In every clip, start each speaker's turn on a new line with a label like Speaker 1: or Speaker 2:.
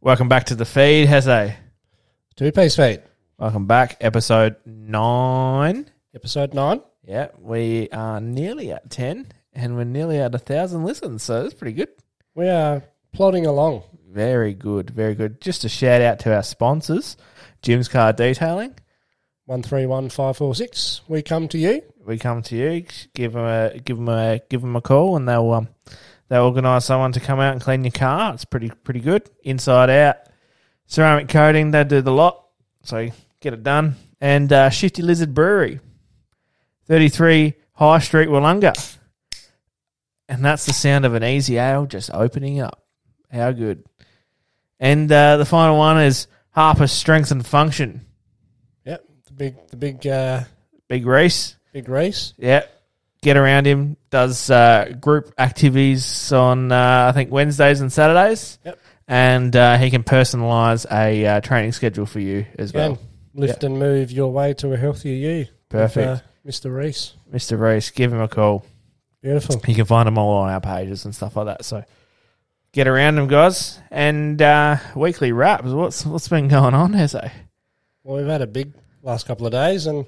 Speaker 1: Welcome back to the feed, Hesse.
Speaker 2: Two piece feet.
Speaker 1: Welcome back, episode nine.
Speaker 2: Episode nine.
Speaker 1: Yeah, we are nearly at ten, and we're nearly at a thousand listens, so that's pretty good.
Speaker 2: We are plodding along.
Speaker 1: Very good, very good. Just a shout out to our sponsors, Jim's Car Detailing.
Speaker 2: One three one five four six. We come to you.
Speaker 1: We come to you, give them a give 'em a give 'em a call, and they'll um they'll organise someone to come out and clean your car. It's pretty pretty good, inside out, ceramic coating. They do the lot, so get it done. And uh, Shifty Lizard Brewery, thirty three High Street, Wollonga. And that's the sound of an easy ale just opening up. How good! And uh, the final one is Harper Strength and Function.
Speaker 2: Yep. The big the big uh,
Speaker 1: Big Reese.
Speaker 2: big race.
Speaker 1: Yeah. Get around him. Does uh, group activities on uh, I think Wednesdays and Saturdays.
Speaker 2: Yep.
Speaker 1: And uh, he can personalise a uh, training schedule for you as
Speaker 2: Again,
Speaker 1: well,
Speaker 2: lift and move your way to a healthier you.
Speaker 1: Perfect.
Speaker 2: With, uh, Mr. Reese.
Speaker 1: Mr. Reese. Give him a call.
Speaker 2: Beautiful.
Speaker 1: You can find them all on our pages and stuff like that. So get around them, guys. And uh, weekly wraps. What's what's been going on, Hezzo?
Speaker 2: Well, we've had a big last couple of days, and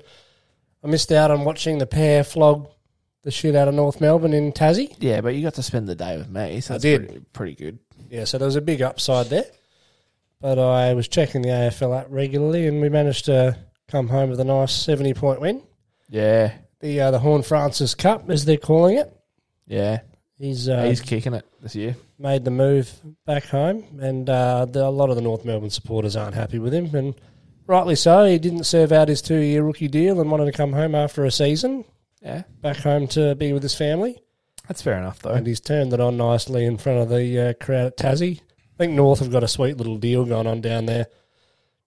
Speaker 2: I missed out on watching the pair flog the shit out of North Melbourne in Tassie.
Speaker 1: Yeah, but you got to spend the day with me. So
Speaker 2: I
Speaker 1: that's
Speaker 2: did.
Speaker 1: Pretty, pretty good.
Speaker 2: Yeah, so there was a big upside there. But I was checking the AFL app regularly, and we managed to come home with a nice seventy point win.
Speaker 1: Yeah,
Speaker 2: The uh, the Horn Francis Cup, as they're calling it.
Speaker 1: yeah.
Speaker 2: He's, uh,
Speaker 1: He's kicking it this year.
Speaker 2: made the move back home, and uh, the, a lot of the North Melbourne supporters aren't happy with him, and rightly so. He didn't serve out his two year rookie deal and wanted to come home after a season,
Speaker 1: Yeah,
Speaker 2: back home to be with his family,
Speaker 1: that's fair enough though.
Speaker 2: and he's turned it on nicely in front of the uh, crowd at Tassie. I think North have got a sweet little deal going on down there,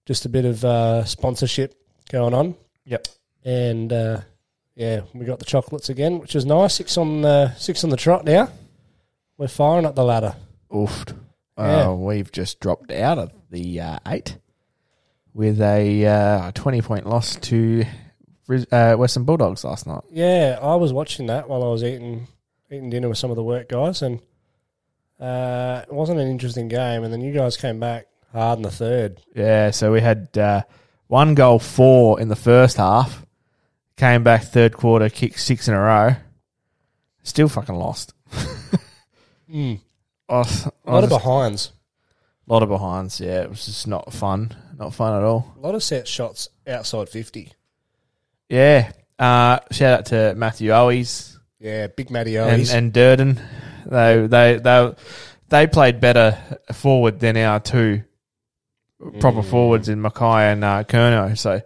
Speaker 2: just a bit of uh, sponsorship going on,
Speaker 1: Yep.
Speaker 2: and uh, yeah, we got the chocolates again, which is nice. Six on the six on the trot now. We're firing up the ladder.
Speaker 1: oofed.
Speaker 2: Yeah.
Speaker 1: Uh, we've just dropped out of the uh, eight with a uh, 20 point loss to Bris- uh, Western Bulldogs last night.
Speaker 2: Yeah, I was watching that while I was eating eating dinner with some of the work guys, and uh, it wasn't an interesting game. And then you guys came back hard in the third.
Speaker 1: Yeah, so we had uh, one goal four in the first half, came back third quarter, kicked six in a row, still fucking lost.
Speaker 2: Mm.
Speaker 1: Oh,
Speaker 2: A lot of behinds,
Speaker 1: lot of behinds, yeah. It was just not fun. Not fun at all.
Speaker 2: a lot of set shots outside fifty.
Speaker 1: Yeah. Uh, shout out to Matthew Owies.
Speaker 2: Yeah, big Matty
Speaker 1: and,
Speaker 2: O's.
Speaker 1: and Durden. They they they they played better forward than our two proper forwards in Mackay and uh, Kerno. So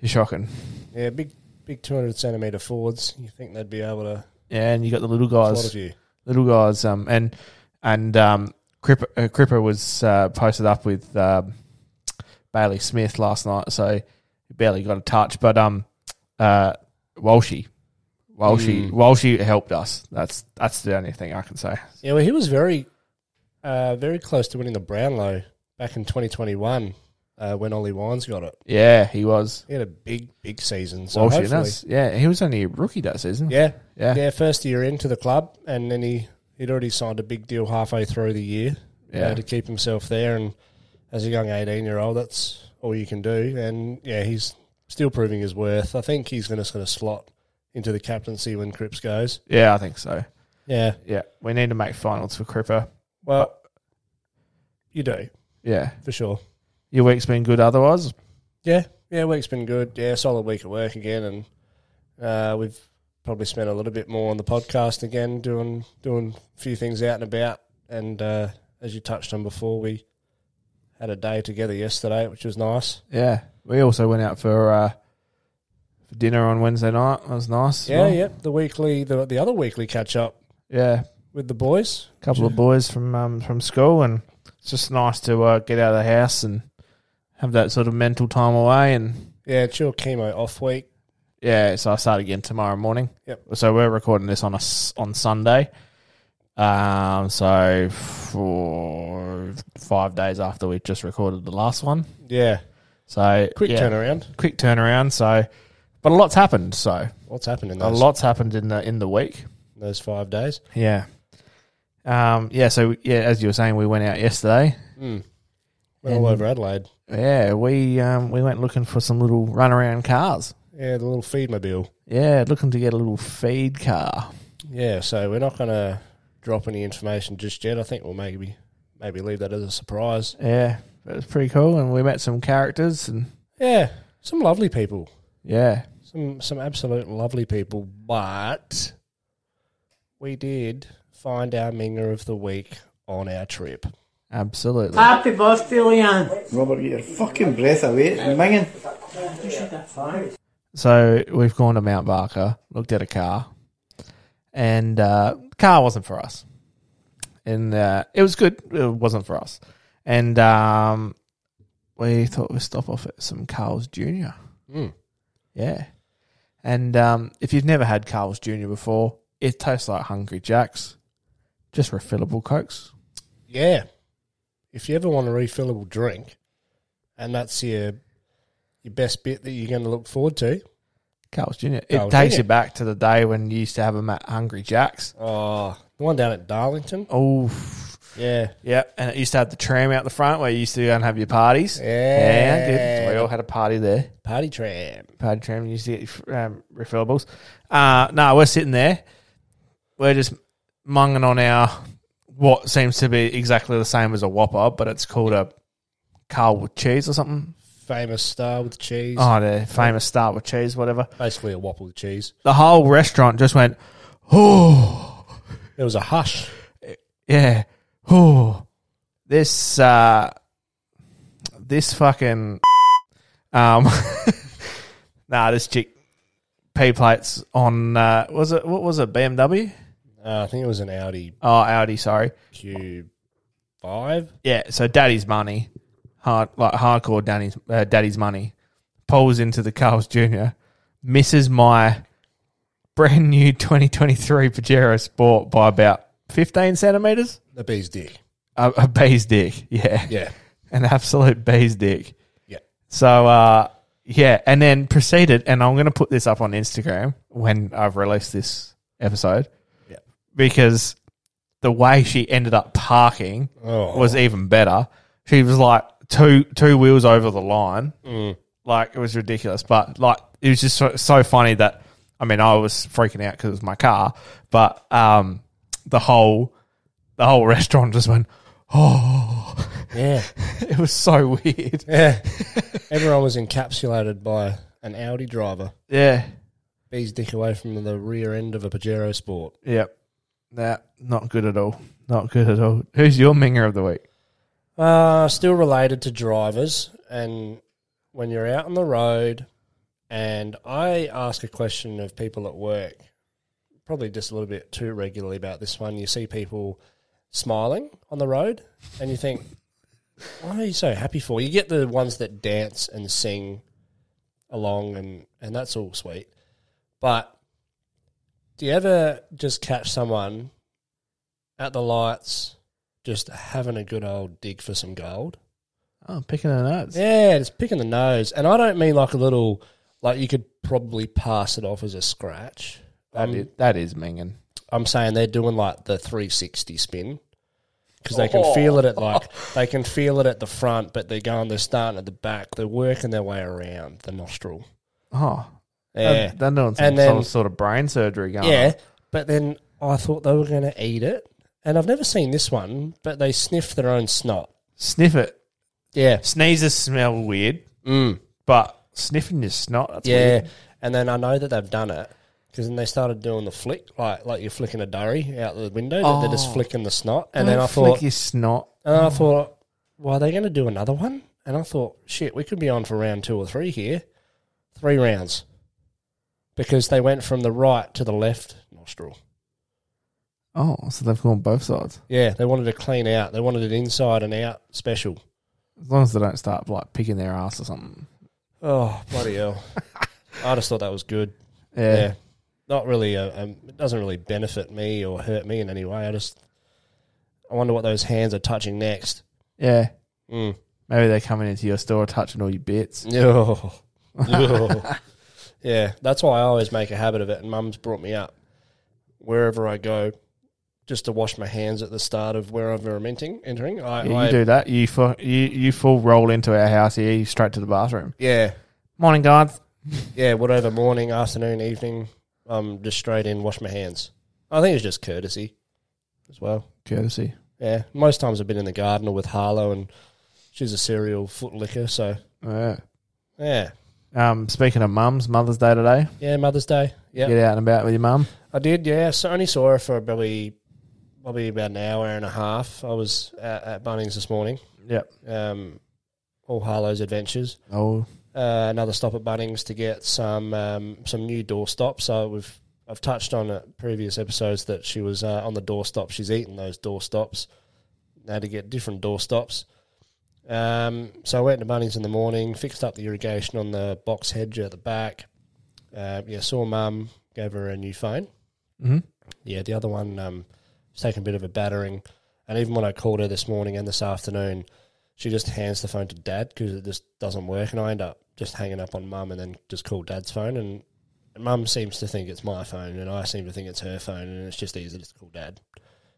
Speaker 1: you're shocking.
Speaker 2: yeah, big big two hundred centimeter forwards. You think they'd be able to?
Speaker 1: Yeah, and you got the little
Speaker 2: A lot of
Speaker 1: guys,
Speaker 2: you.
Speaker 1: little guys, um, and and um, Cripper, uh, Cripper was uh, posted up with um, Bailey Smith last night, so he barely got a touch. But um, uh, Walshy, Walshy,
Speaker 2: Mm.
Speaker 1: Walshy helped us. That's that's the only thing I can say.
Speaker 2: Yeah, well, he was very, uh, very close to winning the Brownlow back in twenty twenty one uh, when Ollie Wines got it.
Speaker 1: Yeah, he was.
Speaker 2: He had a big, big season. So
Speaker 1: Well, shit,
Speaker 2: hopefully,
Speaker 1: that's- yeah, he was only a rookie that season.
Speaker 2: yeah,
Speaker 1: yeah,
Speaker 2: Yeah, first year into the club, and then he he'd already signed a big deal halfway through the year you know,
Speaker 1: Yeah.
Speaker 2: to keep himself there. And as a young eighteen year old, that's all you can do. And yeah, he's still proving his worth. I think he's going to sort of slot into the captaincy when Cripps goes.
Speaker 1: Yeah, I think so.
Speaker 2: Yeah,
Speaker 1: Yeah, we need to make finals for Cripper.
Speaker 2: well, you do
Speaker 1: Yeah,
Speaker 2: for sure.
Speaker 1: your week's been good otherwise.
Speaker 2: Yeah, yeah, week's been good. Yeah, solid week at work again, and uh, we've probably spent a little bit more on the podcast again, doing doing a few things out and about. And uh, as you touched on before, we had a day together yesterday, which was nice.
Speaker 1: Yeah, we also went out for uh, for dinner on Wednesday night. That was nice. as
Speaker 2: Yeah,
Speaker 1: well.
Speaker 2: yep. The weekly, the the other weekly catch up
Speaker 1: yeah.
Speaker 2: with the boys.
Speaker 1: A couple of boys from um, from school, and it's just nice to uh, get out of the house and have that sort of mental time away. And
Speaker 2: Yeah, it's your chemo off week.
Speaker 1: yeah, so I start again tomorrow morning.
Speaker 2: Yep.
Speaker 1: So we're recording this on a s on Sunday. Um, so for five days after we just recorded the last one,
Speaker 2: Yeah,
Speaker 1: so
Speaker 2: quick
Speaker 1: yeah,
Speaker 2: turnaround.
Speaker 1: quick turnaround. So, but a lot's happened. So
Speaker 2: What's happened in
Speaker 1: a
Speaker 2: those
Speaker 1: lot's happened in the in the week.
Speaker 2: those five days?
Speaker 1: Yeah. Um. Yeah. So yeah, as you were saying, we went out yesterday.
Speaker 2: Mm. Went all
Speaker 1: And-
Speaker 2: over Adelaide.
Speaker 1: Yeah, we um, we went looking for some little runaround cars.
Speaker 2: Yeah, the little feed mobile.
Speaker 1: Yeah, looking to get a little feed car.
Speaker 2: Yeah, so we're not going to drop any information just yet. I think we'll maybe maybe leave that as a surprise.
Speaker 1: Yeah, it was pretty cool, and we met some characters, and
Speaker 2: Yeah, some lovely people.
Speaker 1: yeah,
Speaker 2: Some some absolute lovely people, but we did find our minger of the week on our trip.
Speaker 1: absolutely.
Speaker 3: Happy birthday, Leanne.
Speaker 4: Robert, get your fucking breath away. It's minging.
Speaker 1: So we've gone to Mount Barker, looked at a car, and uh, car wasn't for us. And uh, it was good, it wasn't for us. And um, we thought we'd stop off at some Carl's Jr.
Speaker 2: Mm.
Speaker 1: Yeah. And um, if you've never had Carl's Jr. before, it tastes like Hungry Jack's, just refillable Cokes.
Speaker 2: Yeah, if you ever want a refillable drink, and that's your your best bit that you're going to look forward to.
Speaker 1: Carl's Jr. It
Speaker 2: Carl's
Speaker 1: takes
Speaker 2: Jr..
Speaker 1: you back to the day when you used to have them at Hungry Jack's.
Speaker 2: Oh, the one down at Darlington.
Speaker 1: Oh,
Speaker 2: Yeah,
Speaker 1: Yep, and it used to have the tram out the front where you used to go and have your parties. yeah, I did. we all had a party there.
Speaker 2: party tram.
Speaker 1: Party tram, and you used to get your, um, refillables. Uh, no, we're sitting there, we're just munging on our what seems to be exactly the same as a Whopper, but it's called a Carl with cheese or something.
Speaker 2: Famous star with cheese.
Speaker 1: Oh, the famous star with cheese, whatever.
Speaker 2: Basically a whopper with cheese.
Speaker 1: The whole restaurant just went, oh.
Speaker 2: There was a hush.
Speaker 1: Yeah. Oh, this uh, this fucking um, nah, this chick P plates on uh, was it what was it BMW?
Speaker 2: Uh, I think it was an Audi
Speaker 1: Oh, Audi. Sorry.
Speaker 2: Q five.
Speaker 1: Yeah. So daddy's money, hard like hardcore daddy's uh, daddy's money, pulls into the Carl's Jr. Misses my brand new 2023 Pajero Sport by about 15 centimeters.
Speaker 2: The bee's dick.
Speaker 1: A, a bee's dick. Yeah.
Speaker 2: Yeah.
Speaker 1: an absolute bee's dick.
Speaker 2: Yeah.
Speaker 1: So uh, yeah, and then proceeded, and I'm going to put this up on Instagram when I've released this episode.
Speaker 2: Yeah.
Speaker 1: because the way she ended up parking
Speaker 2: Oh.
Speaker 1: was even better. She was like two two wheels over the line,
Speaker 2: Mm.
Speaker 1: like it was ridiculous. But like it was just so, so funny that I mean I was freaking out because it was my car, but um, the whole the whole restaurant just went oh.
Speaker 2: Yeah.
Speaker 1: It was so weird.
Speaker 2: Yeah. Everyone was encapsulated by an Audi driver.
Speaker 1: Yeah.
Speaker 2: Bee's dick away from the rear end of a Pajero Sport.
Speaker 1: Yep. Nah, not good at all. Not good at all. Who's your minger of the week?
Speaker 2: Uh, still related to drivers and when you're out on the road and I ask a question of people at work, probably just a little bit too regularly about this one, you see people smiling on the road and you think, What are you so happy for? You get the ones that dance and sing along and, and that's all sweet. But do you ever just catch someone at the lights just having a good old dig for some gold?
Speaker 1: Oh, picking the nuts.
Speaker 2: Yeah, it's picking the nose. And I don't mean like a little, like you could probably pass it off as a scratch.
Speaker 1: That,
Speaker 2: I'm,
Speaker 1: is, that is minging.
Speaker 2: I'm saying they're doing like the 360 spin because they can feel it at like, they can feel it at the front, but they're going, they're starting at the back. They're working their way around the nostril.
Speaker 1: Oh.
Speaker 2: Yeah.
Speaker 1: They're doing some,
Speaker 2: And then-
Speaker 1: some sort of brain surgery going
Speaker 2: Yeah,
Speaker 1: on.
Speaker 2: but then I thought they were going to eat it. And I've never seen this one, but they sniff their own snot.
Speaker 1: Sniff it.
Speaker 2: Yeah.
Speaker 1: Sneezes smell weird,
Speaker 2: Mm.
Speaker 1: but sniffing your snot, that's
Speaker 2: Yeah,
Speaker 1: weird.
Speaker 2: and then I know that they've done it because then they started doing the flick, like like you're flicking a durry out the window. that They're just
Speaker 1: Oh.
Speaker 2: flicking the snot, and
Speaker 1: Don't
Speaker 2: then I
Speaker 1: flick
Speaker 2: thought,
Speaker 1: your snot.
Speaker 2: and I thought, well, are they going to do another one? And I thought, shit, we could be on for round two or three here, three rounds, because they went from the right to the left nostril.
Speaker 1: Oh, so they've gone both sides.
Speaker 2: Yeah, they wanted to clean out. They wanted an inside and out special.
Speaker 1: As long as they don't start like picking their ass or something.
Speaker 2: Oh bloody hell! I just thought that was good.
Speaker 1: Yeah.
Speaker 2: yeah. Not really. A, um, it doesn't really benefit me or hurt me in any way. I just, I wonder what those hands are touching next.
Speaker 1: Yeah.
Speaker 2: Mm.
Speaker 1: Maybe they're coming into your store touching all your bits.
Speaker 2: Oh. Oh. yeah, that's why I always make a habit of it. And Mum's brought me up wherever I go. just to wash my hands at the start of wherever I'm entering. entering. I,
Speaker 1: Yeah,
Speaker 2: I-
Speaker 1: you do that. You fu- you you full roll into our house here. You straight to the bathroom.
Speaker 2: Yeah,
Speaker 1: Morning, guys.
Speaker 2: yeah, whatever, morning, afternoon, evening, um, just straight in, wash my hands. I think it's just courtesy as well.
Speaker 1: Courtesy.
Speaker 2: Yeah, most times I've been in the garden or with Harlow, and she's a serial foot licker, so
Speaker 1: Yeah.
Speaker 2: yeah.
Speaker 1: Um, speaking of mums, Mother's Day today.
Speaker 2: Yeah, Mother's Day. Yeah,
Speaker 1: Get out and about with your mum.
Speaker 2: I did, yeah. So only saw her for probably, probably about an hour and a half. I was at, at Bunnings this morning,
Speaker 1: Yep.
Speaker 2: um, all Harlow's adventures.
Speaker 1: Oh,
Speaker 2: uh, another stop at Bunnings to get some um, some new doorstops. So we've I've touched on it previous episodes that she was uh, on the doorstop. She's eaten those doorstops. Now to get different doorstops. Um, so I went to Bunnings in the morning, fixed up the irrigation on the box hedge at the back. Uh, yeah, saw mum, gave her a new phone.
Speaker 1: hmm
Speaker 2: Yeah, the other one um, was taking a bit of a battering. And even when I called her this morning and this afternoon, she just hands the phone to dad because it just doesn't work. And I end up just hanging up on mum and then just call dad's phone. And, and mum seems to think it's my phone and I seem to think it's her phone. And it's just easier to call dad.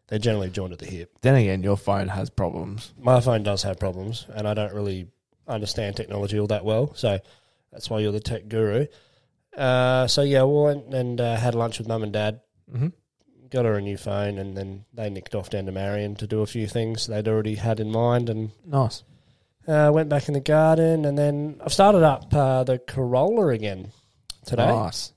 Speaker 2: They're generally joined at the hip.
Speaker 1: then again, your phone has problems.
Speaker 2: My phone does have problems and I don't really understand technology all that well. So that's why you're the tech guru. Uh, so yeah, we went and uh, had lunch with mum and dad
Speaker 1: Mm-hmm.
Speaker 2: got her a new phone, and then they nicked off down to Marion to do a few things they'd already had in mind, and
Speaker 1: Nice.
Speaker 2: uh, went back in the garden. And then I've started up uh, the Corolla again today.
Speaker 1: Nice.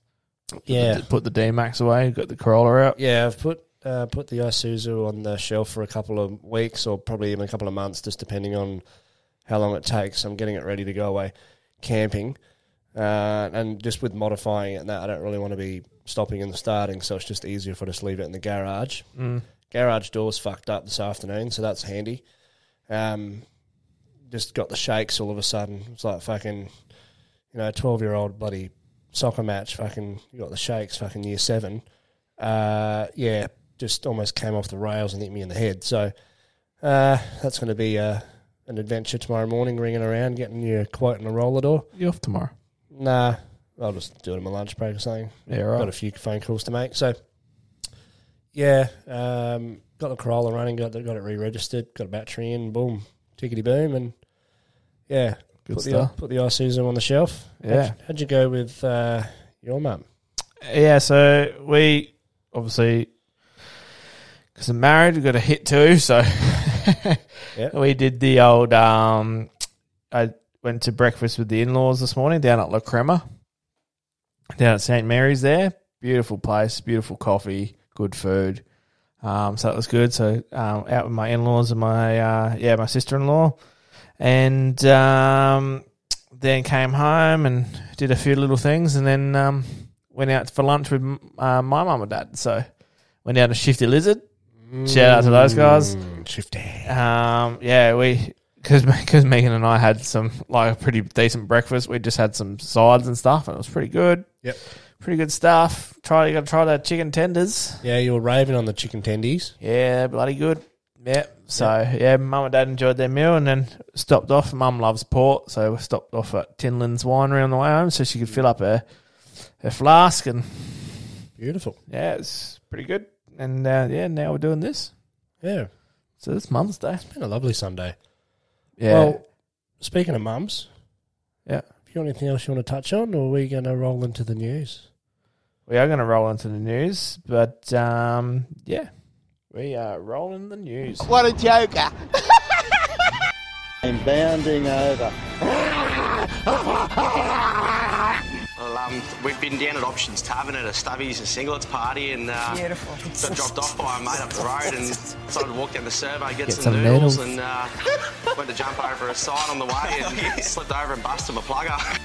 Speaker 2: yeah,
Speaker 1: Put the D Max away. Got the Corolla out.
Speaker 2: yeah. I've put uh, put the Isuzu on the shelf for a couple of weeks, or probably even a couple of months, just depending on how long it takes. I'm getting it ready to go away camping. Uh, and just with modifying it and that, I don't really want to be stopping and starting, so it's just easier if I just leave it in the garage.
Speaker 1: Mm.
Speaker 2: garage door's fucked up this afternoon, so that's handy. Um, just got the shakes all of a sudden. It's like fucking, you know, twelve year old bloody soccer match. Fucking, you got the shakes. Fucking year seven. Uh, yeah, just almost came off the rails and hit me in the head. So uh, that's going to be uh, an adventure tomorrow morning. Ringing around, getting your quote and a roller door.
Speaker 1: You off tomorrow?
Speaker 2: Nah, I'll just do it in my lunch break or something
Speaker 1: Yeah. Right.
Speaker 2: got a few phone calls to make. So, yeah, um, got the Corolla running, got the, got it re-registered, got a battery in, boom, tickety boom, and yeah,
Speaker 1: Good
Speaker 2: put
Speaker 1: stuff.
Speaker 2: the put the Isuzu on the shelf.
Speaker 1: Yeah.
Speaker 2: how'd, how'd you go with uh, your mum?
Speaker 1: Yeah, so we obviously because I'm married, we've got a hit too. So
Speaker 2: Yep.
Speaker 1: we did the old. Um, I went to breakfast with the in-laws this morning down at La Crema, down at St Mary's. There, beautiful place, beautiful coffee, good food. Um, so that was good. So um, out with my in-laws and my uh, yeah my sister-in-law, and um, then came home and did a few little things, and then um, went out for lunch with uh, my mum and dad. So went out to Shifty Lizard. Shout out to those guys.
Speaker 2: Mm, Shifty.
Speaker 1: Um, yeah, we because because Megan and I had some like a pretty decent breakfast. We just had some sides and stuff, and it was pretty good.
Speaker 2: Yep.
Speaker 1: pretty good stuff. Try you got to try the chicken tenders.
Speaker 2: Yeah, you were raving on the chicken tendies.
Speaker 1: Yeah, bloody good. Yeah. So yeah, mum and dad enjoyed their meal and then stopped off. Mum loves port, so we stopped off at Tinlin's winery on the way home so she could fill up her her flask and
Speaker 2: Beautiful.
Speaker 1: yeah, it's pretty good. And uh, yeah, now we're doing this.
Speaker 2: Yeah,
Speaker 1: So it's Mum's Day.
Speaker 2: been a lovely Sunday.
Speaker 1: Yeah.
Speaker 2: Well, speaking of mums,
Speaker 1: Yeah.
Speaker 2: If you got anything else you want to touch on, or are we going to roll into the news?
Speaker 1: we are gonna roll into the news, but um yeah. We are rolling the news.
Speaker 3: What a joker.
Speaker 4: I'm bounding over.
Speaker 3: Well, um, we've been down at Options Tavern at a Stubbies and Singlets party and uh,
Speaker 5: Beautiful.
Speaker 3: got dropped off by a mate up the road and decided to walk down the survey, get, some,
Speaker 1: some
Speaker 3: noodles,
Speaker 1: noodles.
Speaker 3: and uh, went to jump over a sign on the way and slipped over and busted my plugger.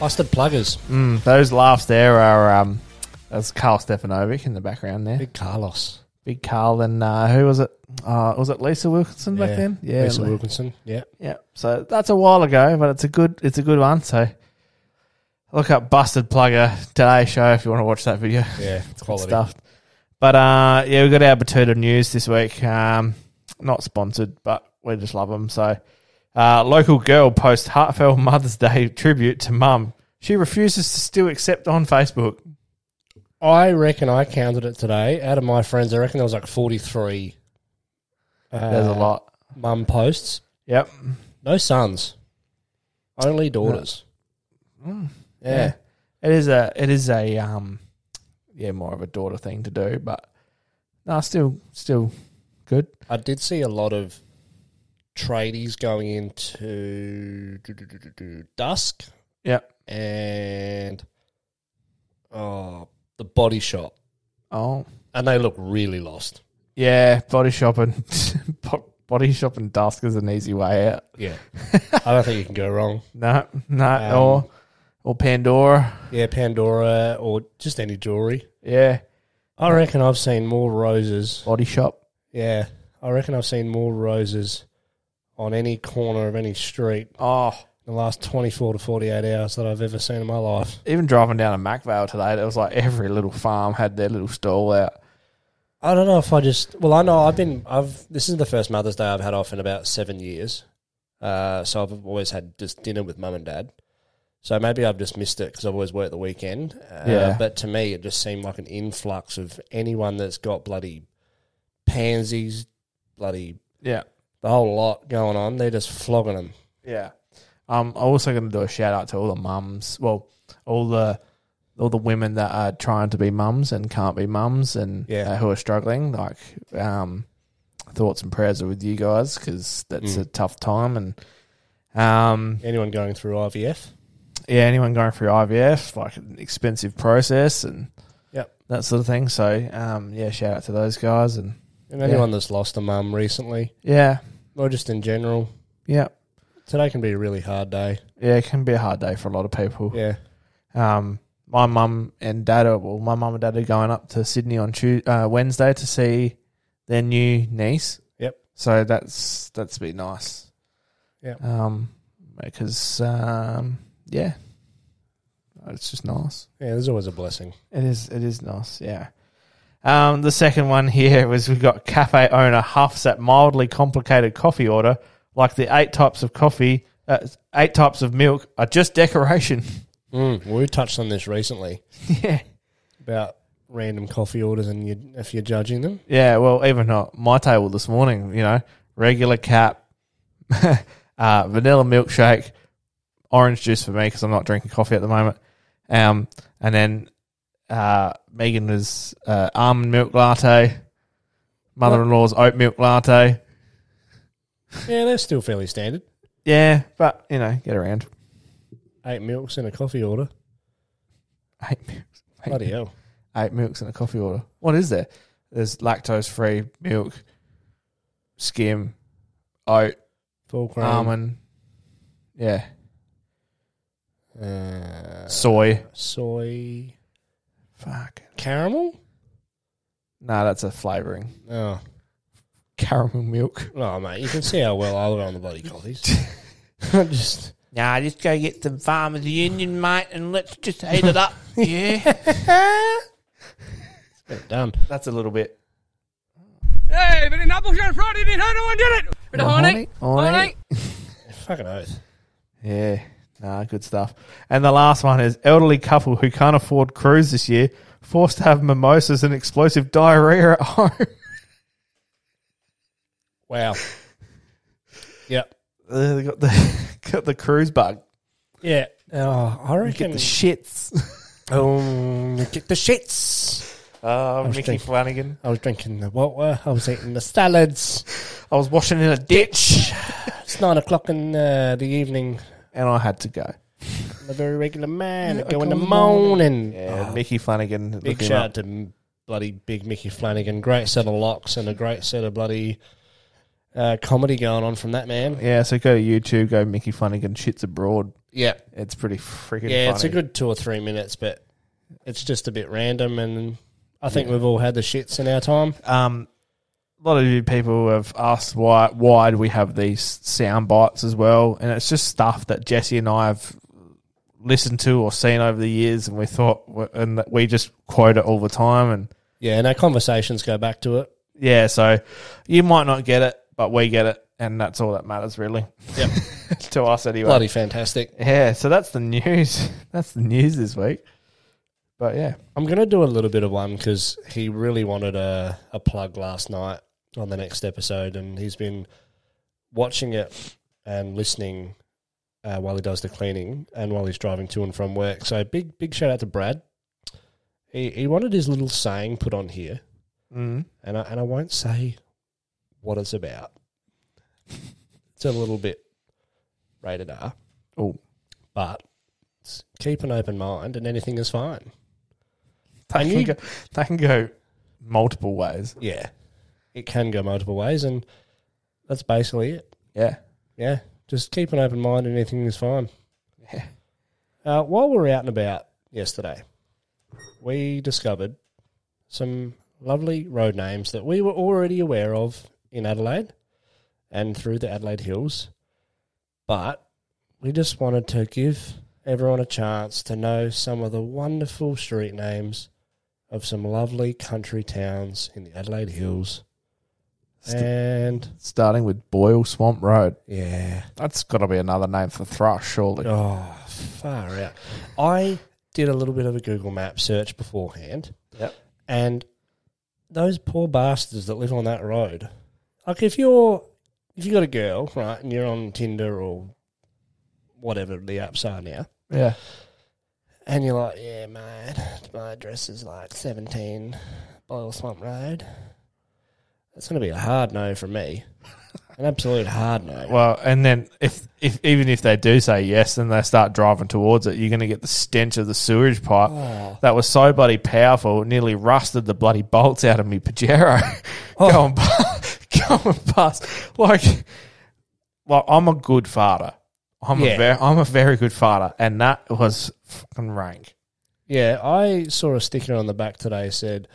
Speaker 2: Busted pluggers.
Speaker 1: Mm. Those laughs there are um that's Carl Stefanovic in the background there.
Speaker 2: Big Carlos.
Speaker 1: Big Carl and uh, who was it? Uh, was it Lisa Wilkinson back then?
Speaker 2: Yeah, Lisa
Speaker 1: Li-
Speaker 2: Wilkinson. Yeah.
Speaker 1: yeah. So that's a while ago, but it's a good it's a good one. So look up Busted Plugger Today Show if you want to watch that video.
Speaker 2: Yeah. Quality.
Speaker 1: Stuff. But uh, yeah, we got our Batuta news this week. Um, not sponsored, but we just love them. So uh, local girl posts heartfelt Mother's Day tribute to mum. She refuses to still accept on Facebook.
Speaker 2: I reckon I counted it today. Out of my friends, I reckon there was like 43
Speaker 1: There's a lot.
Speaker 2: mum posts.
Speaker 1: Yep.
Speaker 2: No sons, only daughters.
Speaker 1: Mm.
Speaker 2: Yeah.
Speaker 1: It is a it is a um yeah, more of a daughter thing to do, but no, still still good.
Speaker 2: I did see a lot of tradies going into do, do, do, do, do, dusk
Speaker 1: Yep.
Speaker 2: and oh, the body shop,
Speaker 1: Oh.
Speaker 2: and they look really lost.
Speaker 1: Yeah, body shop and bo- body shop and dusk is an easy way out.
Speaker 2: Yeah, I don't think you can go wrong.
Speaker 1: No, no, or or Pandora.
Speaker 2: Yeah, Pandora or just any jewelry.
Speaker 1: Yeah.
Speaker 2: I reckon I've seen more roses.
Speaker 1: Body shop.
Speaker 2: Yeah, I reckon I've seen more roses on any corner of any street
Speaker 1: Oh.
Speaker 2: in the last 24 to 48 hours that I've ever seen in my life.
Speaker 1: Even driving down to Macvale today, it was like every little farm had their little stall out.
Speaker 2: I don't know if I just well, I know I've been I've this is the first Mother's Day I've had off in about seven years, uh, so I've always had just dinner with mum and dad. So maybe I've just missed it because I've always worked the weekend. Uh,
Speaker 1: Yeah.
Speaker 2: But to me, it just seemed like an influx of anyone that's got bloody pansies, bloody
Speaker 1: Yeah.
Speaker 2: the whole lot going on. They're just flogging them.
Speaker 1: Yeah. Um, I'm also going to do a shout out to all the mums. Well, all the all the women that are trying to be mums and can't be mums, and
Speaker 2: Yeah.
Speaker 1: uh, who are struggling. Like, um, thoughts and prayers are with you guys because that's a tough time. And um,
Speaker 2: Anyone going through IVF?
Speaker 1: yeah, anyone going through IVF, like an expensive process and
Speaker 2: Yep.
Speaker 1: that sort of thing. So, um, yeah, shout out to those guys. And
Speaker 2: And anyone that's lost a mum recently,
Speaker 1: yeah,
Speaker 2: or just in general,
Speaker 1: yeah,
Speaker 2: today can be a really hard day.
Speaker 1: yeah, it can be a hard day for a lot of people.
Speaker 2: Yeah.
Speaker 1: Um, my mum and dad are well, my mum and dad are going up to Sydney on Tuesday, uh, Wednesday to see their new niece.
Speaker 2: Yep.
Speaker 1: So that's that's be nice.
Speaker 2: Yeah.
Speaker 1: Um, because um, yeah, it's just nice.
Speaker 2: Yeah. There's always a blessing.
Speaker 1: It is. It is nice. Yeah. Um, the second one here was we've got cafe owner huffs at mildly complicated coffee order, like the eight types of coffee, uh, eight types of milk are just decoration.
Speaker 2: Mm, we touched on this recently
Speaker 1: yeah.
Speaker 2: about random coffee orders and you, if you're judging them.
Speaker 1: Yeah, well, even at my table this morning, you know, regular cap, uh, vanilla milkshake, orange juice for me because I'm not drinking coffee at the moment. Um, and then uh, Megan was uh, almond milk latte, mother in law's oat milk latte.
Speaker 2: Yeah, they're still fairly standard.
Speaker 1: Yeah, but, you know, get around.
Speaker 2: Eight milks in a coffee order.
Speaker 1: Eight milks. Eight,
Speaker 2: Bloody hell.
Speaker 1: eight milks in a coffee order. What is there? There's lactose free milk, skim, oat,
Speaker 2: Full cream.
Speaker 1: almond. Yeah.
Speaker 2: Uh,
Speaker 1: Soy.
Speaker 2: soy.
Speaker 1: Fuck.
Speaker 2: Caramel?
Speaker 1: No, that's a flavouring.
Speaker 2: Oh.
Speaker 1: Caramel milk.
Speaker 2: No, mate. You can see how well I look on the bloody coffees. Just.
Speaker 1: Nah, just go get some Farmers Union, mate, and let's just heat it up. yeah.
Speaker 2: Done.
Speaker 1: That's a little bit.
Speaker 5: Hey, but in Appleton Friday, did no one did it? Bit of honey, honey.
Speaker 2: Fucking oath.
Speaker 1: Yeah. Nah, good stuff. And the last one is elderly couple who can't afford cruise this year, forced to have mimosas and explosive diarrhea at home.
Speaker 2: Wow. yep.
Speaker 1: Uh, they got the got the cruise bug.
Speaker 2: Yeah. Oh, I
Speaker 1: Get
Speaker 2: reckon.
Speaker 1: the shits.
Speaker 2: um, get the shits.
Speaker 1: Oh, Mickey
Speaker 2: thinking-
Speaker 1: Flanagan.
Speaker 2: I was drinking the water. I was eating the salads.
Speaker 1: I was washing in a ditch
Speaker 2: It's nine o'clock in uh, the evening.
Speaker 1: and I had to go.
Speaker 2: I'm a very regular man. I go in the morning.
Speaker 1: Yeah,
Speaker 2: Oh,
Speaker 1: Mickey Flanagan. look
Speaker 2: big
Speaker 1: him
Speaker 2: shout
Speaker 1: up.
Speaker 2: out to m- bloody big Mickey Flanagan. Great set of locks and a great set of bloody uh, comedy going on from that man.
Speaker 1: Yeah, so go to YouTube, go Mickey Flanagan shits abroad.
Speaker 2: Yeah,
Speaker 1: It's pretty freaking
Speaker 2: yeah. It's a
Speaker 1: funny.
Speaker 2: good two or three minutes, but it's just a bit random. And I think we've all had the shits in our time.
Speaker 1: Um, a lot of you people have asked why why do we have these sound bites as well, and it's just stuff that Jesse and I have listened to or seen over the years, and we thought and that we just quote it all the time, and
Speaker 2: Yeah, and our conversations go back to it.
Speaker 1: yeah, so you might not get it, but we get it, and that's all that matters really
Speaker 2: Yep,
Speaker 1: to us anyway.
Speaker 2: bloody fantastic.
Speaker 1: Yeah, so that's the news. That's the news this week. But yeah,
Speaker 2: I'm going to do a little bit of one because he really wanted a, a plug last night on the next episode, and he's been watching it and listening uh, while he does the cleaning and while he's driving to and from work. So big big shout out to Brad. He he wanted his little saying put on here,
Speaker 1: mm.
Speaker 2: and I, and I won't say what it's about. It's a little bit rated R,
Speaker 1: oh,
Speaker 2: but it's keep an open mind, and anything is fine.
Speaker 1: they
Speaker 2: And
Speaker 1: can
Speaker 2: you-
Speaker 1: go, they can go multiple ways.
Speaker 2: Yeah, it can go multiple ways, and that's basically it.
Speaker 1: Yeah,
Speaker 2: Yeah, just keep an open mind. and Anything is fine. Uh, while we were out and about yesterday, we discovered some lovely road names that we were already aware of in Adelaide and through the Adelaide Hills, but we just wanted to give everyone a chance to know some of the wonderful street names of some lovely country towns in the Adelaide Hills. And
Speaker 1: starting with Boyle Swamp Road.
Speaker 2: yeah,
Speaker 1: That's got to be another name for thrush, surely.
Speaker 2: Oh, far out. I did a little bit of a Google map search beforehand.
Speaker 1: Yep.
Speaker 2: And those poor bastards that live on that road. Like if you're if you got a girl, right, and you're on Tinder or whatever the apps are now,
Speaker 1: Yeah,
Speaker 2: and you're like, Yeah, mate, my address is like seventeen Boyle Swamp Road. That's gonna be a hard no for me. An absolute hard no.
Speaker 1: Well, and then if, if even if they do say yes, then they start driving towards it, you're going to get the stench of the sewage pipe
Speaker 2: Oh.
Speaker 1: that was so bloody powerful, it nearly rusted the bloody bolts out of me Pajero.
Speaker 2: Oh.
Speaker 1: going, past, going past, like, like I'm a good farter. I'm
Speaker 2: Yeah.
Speaker 1: a very, I'm a very good farter, and that was fucking rank.
Speaker 2: Yeah, I saw a sticker on the back today said,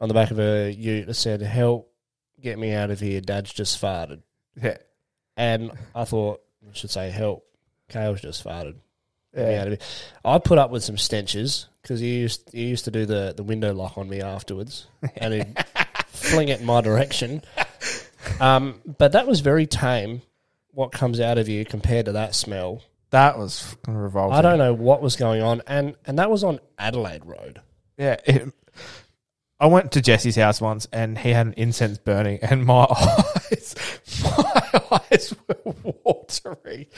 Speaker 2: on the back of a ute, it said, Help, get me out of here, Dad's just farted.
Speaker 1: Yeah,
Speaker 2: And I thought, I should say, Help, Kale's just farted. Get me out of here. I put up with some stenches because he used, he used to do the, the window lock on me afterwards and he'd fling it in my direction. Um, but that was very tame, what comes out of you compared to that smell.
Speaker 1: that was fucking revolting.
Speaker 2: I don't know what was going on. And, and that was on Adelaide Road.
Speaker 1: Yeah. It, I went to Jesse's house once and he had an incense burning and my eyes my eyes were watery.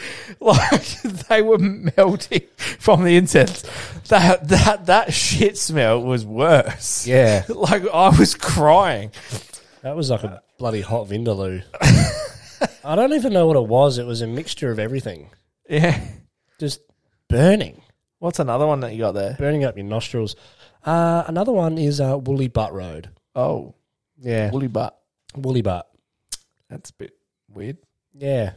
Speaker 1: Like they were melting from the incense. That that that shit smell was worse.
Speaker 2: Yeah.
Speaker 1: Like I was crying.
Speaker 2: That was like a Uh, bloody hot vindaloo. I don't even know what it was. It was a mixture of everything.
Speaker 1: Yeah.
Speaker 2: Just burning,
Speaker 1: What's another one that you got there?
Speaker 2: burning up your nostrils. Uh, another one is uh, Woolly Butt Road.
Speaker 1: Oh,
Speaker 2: Yeah.
Speaker 1: woolly butt.
Speaker 2: Woolly Butt.
Speaker 1: That's a bit weird.
Speaker 2: Yeah.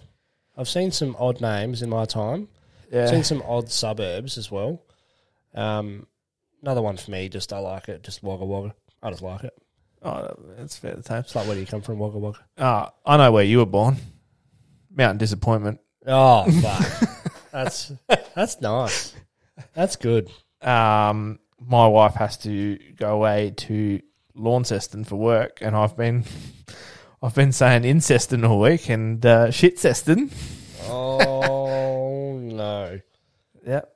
Speaker 2: I've seen some odd names in my time. I've
Speaker 1: Yeah.
Speaker 2: seen some odd suburbs as well. Um, another one for me, just I like it. Just Wagga Wagga. I just like it.
Speaker 1: Oh, that's fair. That's
Speaker 2: It's like, where do you come from, Wagga Wagga?
Speaker 1: Ah, I know where you were born. Mountain disappointment.
Speaker 2: Oh, fuck. that's, that's nice. That's good.
Speaker 1: um, my wife has to go away to Launceston for work, and I've been, I've been saying inceston all week and uh, shitceston.
Speaker 2: Oh, no.
Speaker 1: Yep.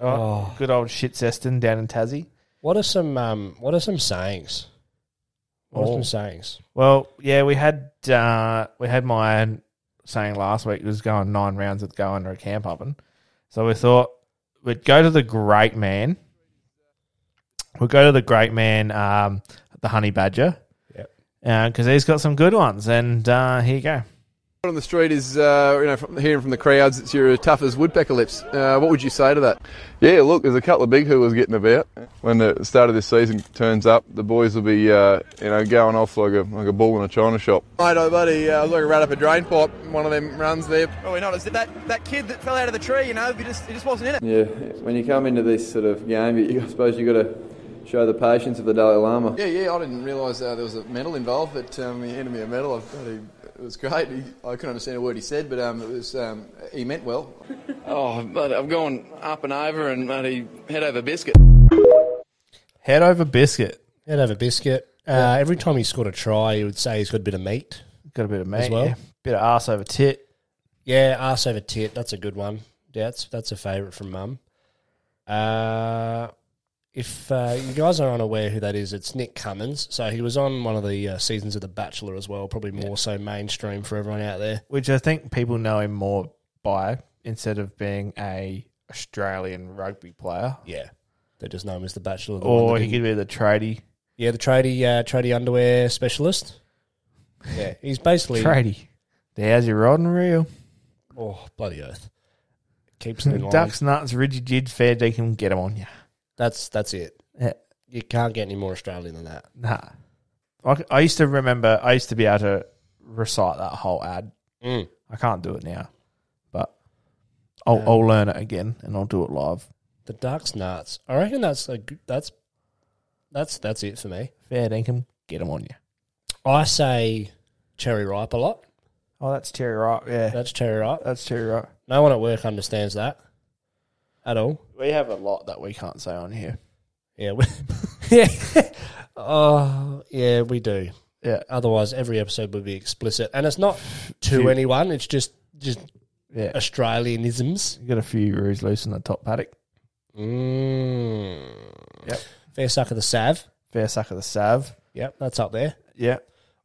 Speaker 1: Oh, Good old shitceston down in Tassie.
Speaker 2: What are some um what are some sayings?
Speaker 1: Oh.
Speaker 2: What are some sayings?
Speaker 1: Well, yeah, we had uh, we had my saying last week was going nine rounds with go under a camp oven, so we thought we'd go to the great man. We'll go to the great man, um, the honey badger,
Speaker 2: Yep.
Speaker 1: because he's got some good ones. And uh, here you go.
Speaker 6: What on the street is, uh, you know, from hearing from the crowds, it's your tough as woodpecker lips. Uh, what would you say to that?
Speaker 7: Yeah, look, there's a couple of big hoovers getting about. When the start of this season turns up, the boys will be, uh, you know, going off like a like a ball in a china shop.
Speaker 6: Mate, oh buddy, uh, look, I ran up a drain pipe in one of them runs there. Probably not. It's that, that kid that fell out of the tree, you know, he just, he just wasn't in it.
Speaker 7: Yeah, when you come into this sort of game, you, I suppose you've got to show the patience of the Dalai Lama.
Speaker 6: Yeah, yeah, I didn't realise uh, there was a medal involved, but um, he handed me a medal. I thought he, it was great. He, I couldn't understand a word he said, but um, it was um, he meant well. Oh, but I've gone up and over and uh, bloody head over biscuit.
Speaker 1: Head over biscuit.
Speaker 2: He'd have a biscuit. Uh, every time he scored a try, he would say he's got a bit of meat.
Speaker 1: Got a bit of meat.
Speaker 2: well.
Speaker 1: yeah. Bit of ass over tit.
Speaker 2: Yeah, arse over tit. That's a good one. Yeah, that's that's a favourite from mum. Uh, if uh, you guys are unaware who that is, it's Nick Cummins. So he was on one of the uh, seasons of The Bachelor as well, probably more so mainstream for everyone out there.
Speaker 1: which I think people know him more by instead of being a Australian rugby player,
Speaker 2: Yeah, they just know him as The Bachelor. The one
Speaker 1: or
Speaker 2: that
Speaker 1: he
Speaker 2: didn't-
Speaker 1: could be the tradie.
Speaker 2: yeah, the tradie uh, tradie underwear specialist. Yeah, he's basically
Speaker 1: Tradie. There's your rod and reel.
Speaker 2: oh bloody oath. Keeps it in line.
Speaker 1: Ducks, nuts, rigid, jid, fair deacon, get them on you.
Speaker 2: That's that's it.
Speaker 1: Yeah.
Speaker 2: You can't get any more Australian than that.
Speaker 1: Nah. I, I used to remember, I used to be able to recite that whole ad.
Speaker 2: Mm.
Speaker 1: I can't do it now, but I'll, I'll learn it again and I'll do it live.
Speaker 2: The duck's nuts. I reckon that's a good, that's that's that's it for me.
Speaker 1: Fair dinkum, get them on you.
Speaker 2: I say cherry ripe a lot.
Speaker 1: Oh, that's Terry Wright. Yeah,
Speaker 2: That's cherry ripe.
Speaker 1: that's Terry Wright.
Speaker 2: No one at work understands that at all.
Speaker 1: We have a lot that we can't say on here.
Speaker 2: Yeah. We, yeah. Oh, yeah, we do.
Speaker 1: Yeah,
Speaker 2: Otherwise, every episode would be explicit, and it's not to anyone. It's just just
Speaker 1: yeah.
Speaker 2: Australianisms.
Speaker 1: You got a few roos loose in the top paddock.
Speaker 2: Mm.
Speaker 1: Yep.
Speaker 2: Fair suck of the sav.
Speaker 1: Fair suck of the Sav.
Speaker 2: Yep, that's up there.
Speaker 1: Yeah.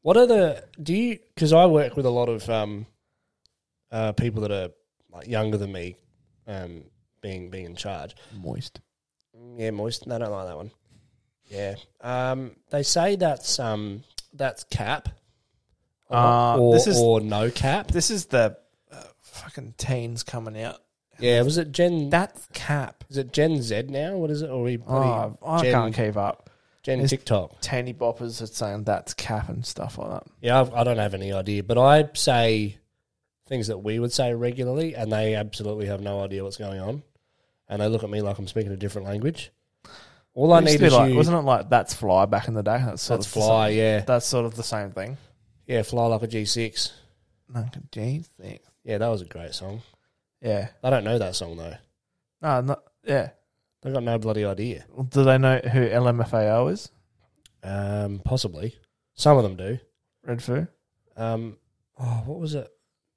Speaker 2: What are the do you? Because I work with a lot of um, uh, people that are like younger than me, um, being being in charge.
Speaker 1: Moist.
Speaker 2: Yeah, moist. No, I don't like that one. Yeah. Um, they say that's um, that's cap. Or,
Speaker 1: Uh,
Speaker 2: or,
Speaker 1: this is-
Speaker 2: or no cap.
Speaker 1: This is the uh, fucking teens coming out.
Speaker 2: Yeah, was it Gen?
Speaker 1: That's cap.
Speaker 2: Is it Gen Z now? What is it? Or we
Speaker 1: Oh, I
Speaker 2: Gen,
Speaker 1: can't keep up.
Speaker 2: Gen
Speaker 1: it's-
Speaker 2: TikTok?
Speaker 1: Tanny boppers are saying that's cap and stuff like that.
Speaker 2: Yeah, I've, I don't have any idea, but I say things that we would say regularly, and they absolutely have no idea what's going on, and they look at me like I'm speaking a different language. All I
Speaker 1: It used
Speaker 2: need
Speaker 1: to be
Speaker 2: is
Speaker 1: like,
Speaker 2: you.
Speaker 1: wasn't it like that's fly back in the day? That's sort
Speaker 2: that's
Speaker 1: of
Speaker 2: fly,
Speaker 1: The,
Speaker 2: yeah,
Speaker 1: same- that's sort of the same thing.
Speaker 2: yeah, fly like a G6.
Speaker 1: No, jeez, thanks.
Speaker 2: Yeah, that was a great song.
Speaker 1: Yeah.
Speaker 2: I don't know that song though.
Speaker 1: No, not, yeah.
Speaker 2: They got no bloody idea.
Speaker 1: Well, Do they know who LMFAO is?
Speaker 2: Um, possibly some of them do.
Speaker 1: Red Foo?
Speaker 2: Um, oh, what was it?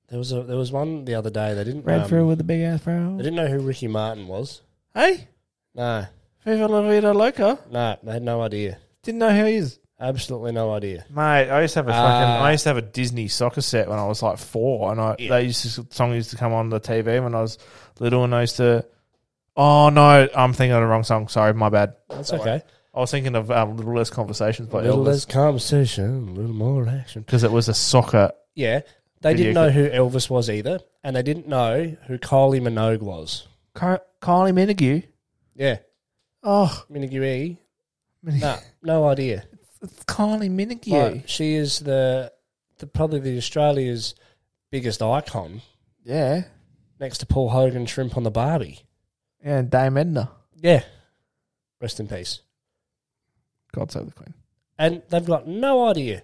Speaker 2: There was a there was one the other day. They didn't
Speaker 1: Red
Speaker 2: um,
Speaker 1: Foo with the big ass
Speaker 2: They
Speaker 1: fro.
Speaker 2: didn't know who Ricky Martin was.
Speaker 1: Hey,
Speaker 2: No,
Speaker 1: Viva La Vida Loca.
Speaker 2: no, they had no idea.
Speaker 1: Didn't know who he is.
Speaker 2: Absolutely no idea.
Speaker 1: Mate, I used to have a fucking.
Speaker 2: Uh,
Speaker 1: I used to have a Disney soccer set when I was like four, and I they used to song used to come on the TV when I was little, and I used to. Oh no, I'm thinking of the wrong song. Sorry, my bad.
Speaker 2: That's okay.
Speaker 1: I was thinking of um, Little Less Conversations by
Speaker 2: little
Speaker 1: Elvis
Speaker 2: less conversation, a little more action.
Speaker 1: because it was a soccer.
Speaker 2: Yeah, they
Speaker 1: Video
Speaker 2: didn't know who Elvis was either, and they didn't know who Kylie Minogue was.
Speaker 1: Car- Carly Minogue.
Speaker 2: Yeah,
Speaker 1: Oh,
Speaker 2: Minogue. E.
Speaker 1: Minogue.
Speaker 2: No, no idea.
Speaker 1: it's Carly Minogue.
Speaker 2: Like, she is the, the probably the Australia's biggest icon,
Speaker 1: Yeah,
Speaker 2: next to Paul Hogan, Shrimp on the Barbie.
Speaker 1: yeah, and Dame Edna.
Speaker 2: Yeah, rest in peace.
Speaker 1: God save the Queen.
Speaker 2: And they've got no idea.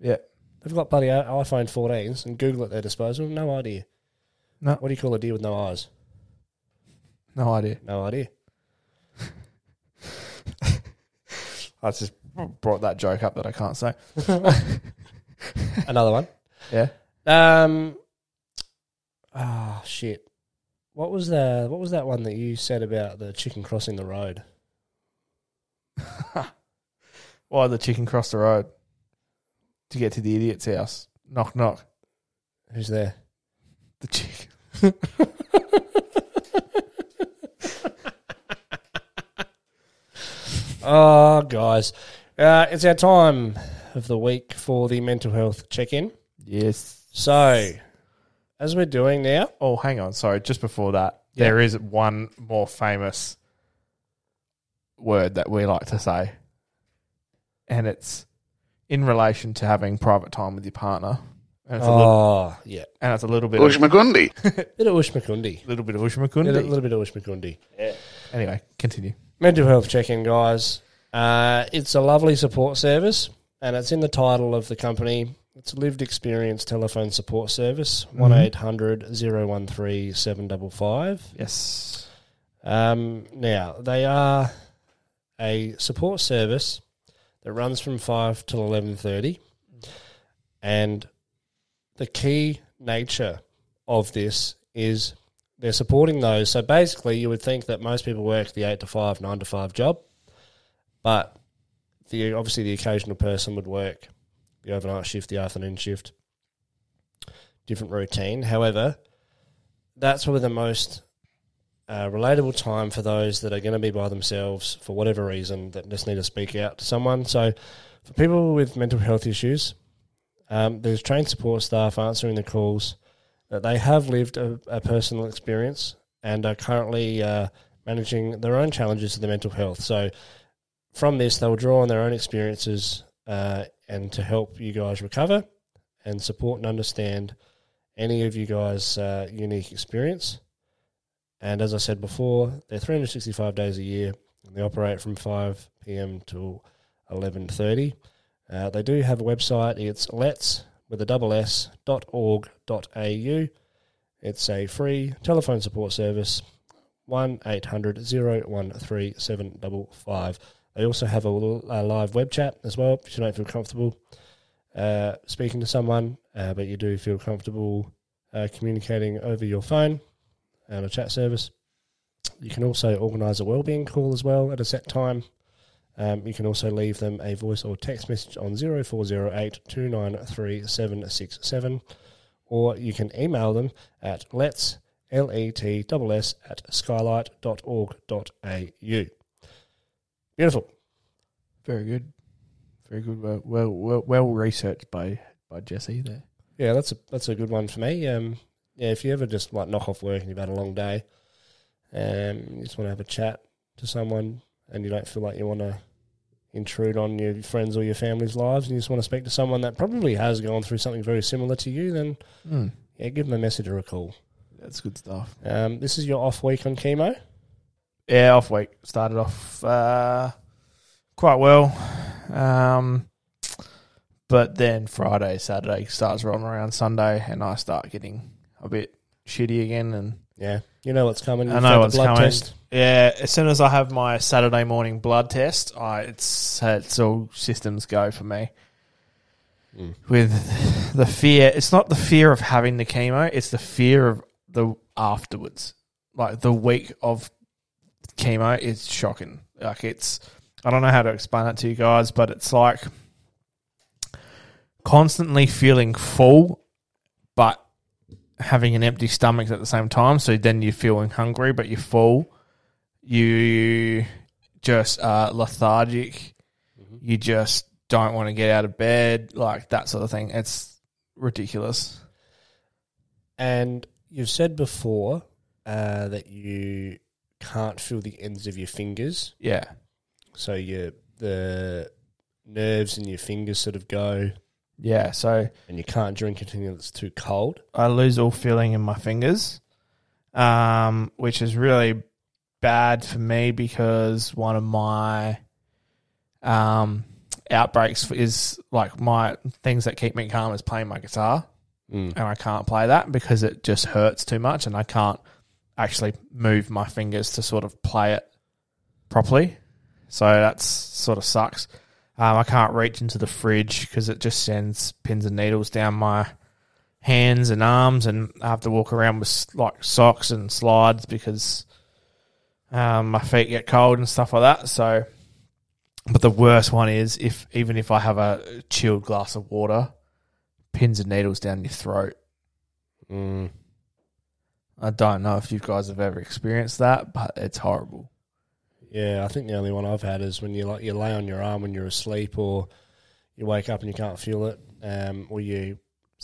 Speaker 1: Yeah,
Speaker 2: They've got bloody i- iPhone 14s and Google at their disposal. No idea.
Speaker 1: No.
Speaker 2: What do you call a deer with no eyes?
Speaker 1: no idea.
Speaker 2: No idea.
Speaker 1: I just brought that joke up that I can't say.
Speaker 2: Another one.
Speaker 1: Yeah.
Speaker 2: Um. Ah, shit. What was the What was that one that you said about the chicken crossing the road?
Speaker 1: Why the chicken crossed the road to get to the idiot's house? Knock knock.
Speaker 2: Who's there?
Speaker 1: The chicken.
Speaker 2: Oh, guys, uh, it's our time of the week for the mental health check in.
Speaker 1: Yes.
Speaker 2: So, as we're doing now,
Speaker 1: Oh, hang on. Sorry. Just before that, there is one more famous word that we like to say, and it's in relation to having private time with your partner. And it's, a, little,
Speaker 2: oh yeah,
Speaker 1: and it's a little bit,
Speaker 7: Bush
Speaker 1: of,
Speaker 7: McGundy.
Speaker 2: bit of Ushmakundi,
Speaker 1: little bit of
Speaker 2: a
Speaker 1: ushmakundi.
Speaker 2: little bit of Ushmakundi.
Speaker 1: anyway, continue.
Speaker 2: Mental health check in, guys. Uh, it's a lovely support service, and it's in the title of the company. It's a lived experience telephone support service, 1 800 013 755.
Speaker 1: Yes.
Speaker 2: Um, Now, they are a support service that runs from 5 till 11.30, and the key nature of this is they're supporting those. So basically, you would think that most people work the 8 to 5, 9 to 5 job But the obviously the occasional person would work the overnight shift, the afternoon shift, different routine. However, that's probably the most uh, relatable time for those that are going to be by themselves for whatever reason that just need to speak out to someone. So, for people with mental health issues, um, there's trained support staff answering the calls that they have lived a, a personal experience and are currently uh, managing their own challenges to their mental health. So, from this, they'll draw on their own experiences uh, and to help you guys recover and support and understand any of you guys' uh, unique experience. And as I said before, they're 365 days a year, and they operate from 5 p.m. till 11:30. Uh, they do have a website. It's let's with a double s dot org dot au. It's a free telephone support service. 1-800-013-755. They also have a, l- a live web chat as well if you don't feel comfortable uh, speaking to someone, uh, but you do feel comfortable uh, communicating over your phone and a chat service. You can also organise a wellbeing call as well at a set time. Um, you can also leave them a voice or text message on 0408 293 767 or you can email them at let's E L-E-T-S-S at skylight.org.au. Beautiful.
Speaker 8: Very good. Very good. Well, well, well, well researched by, by Jesse there.
Speaker 2: Yeah, that's a that's a good one for me. Um, yeah, if you ever just like knock off work and you've had a long day, um, you just want to have a chat to someone, and you don't feel like you want to intrude on your friends or your family's lives, and you just want to speak to someone that probably has gone through something very similar to you, then
Speaker 8: Mm,
Speaker 2: yeah, give them a message or a call.
Speaker 8: that's good stuff.
Speaker 2: Um, this is your off week on chemo.
Speaker 1: Yeah, off week started off uh, quite well, um, but then Friday, Saturday starts rolling around Sunday, and I start getting a bit shitty again. And
Speaker 2: Yeah, you know what's coming.
Speaker 1: I
Speaker 2: You've
Speaker 1: know
Speaker 2: had the
Speaker 1: what's
Speaker 2: blood
Speaker 1: coming.
Speaker 2: test.
Speaker 1: yeah, as soon as I have my Saturday morning blood test, I, it's it's all systems go for me.
Speaker 2: Mm.
Speaker 1: With the fear, it's not the fear of having the chemo; it's the fear of the afterwards, like the week of chemo is shocking. Like it's, I don't know how to explain it to you guys, but it's like constantly feeling full, but having an empty stomach at the same time. So then you're feeling hungry, but you're full. You just are lethargic. You just don't want to get out of bed, like that sort of thing. It's ridiculous.
Speaker 2: And you've said before uh, that you can't feel the ends of your fingers,
Speaker 1: Yeah.
Speaker 2: so your the nerves in your fingers sort of go,
Speaker 1: Yeah. So
Speaker 2: and you can't drink it until it's too cold.
Speaker 1: I lose all feeling in my fingers, um, which is really bad for me because one of my um, outbreaks is like my things that keep me calm is playing my guitar,
Speaker 2: Mm.
Speaker 1: and I can't play that because it just hurts too much, and I can't actually move my fingers to sort of play it properly. So that's sort of sucks. Um, I can't reach into the fridge because it just sends pins and needles down my hands and arms, and I have to walk around with like socks and slides because um, my feet get cold and stuff like that. So, but the worst one is if even if I have a chilled glass of water, pins and needles down your throat.
Speaker 2: Mm.
Speaker 1: I don't know if you guys have ever experienced that, but it's horrible.
Speaker 2: Yeah, I think the only one I've had is when you like you lay on your arm when you're asleep, or you wake up and you can't feel it, um, or you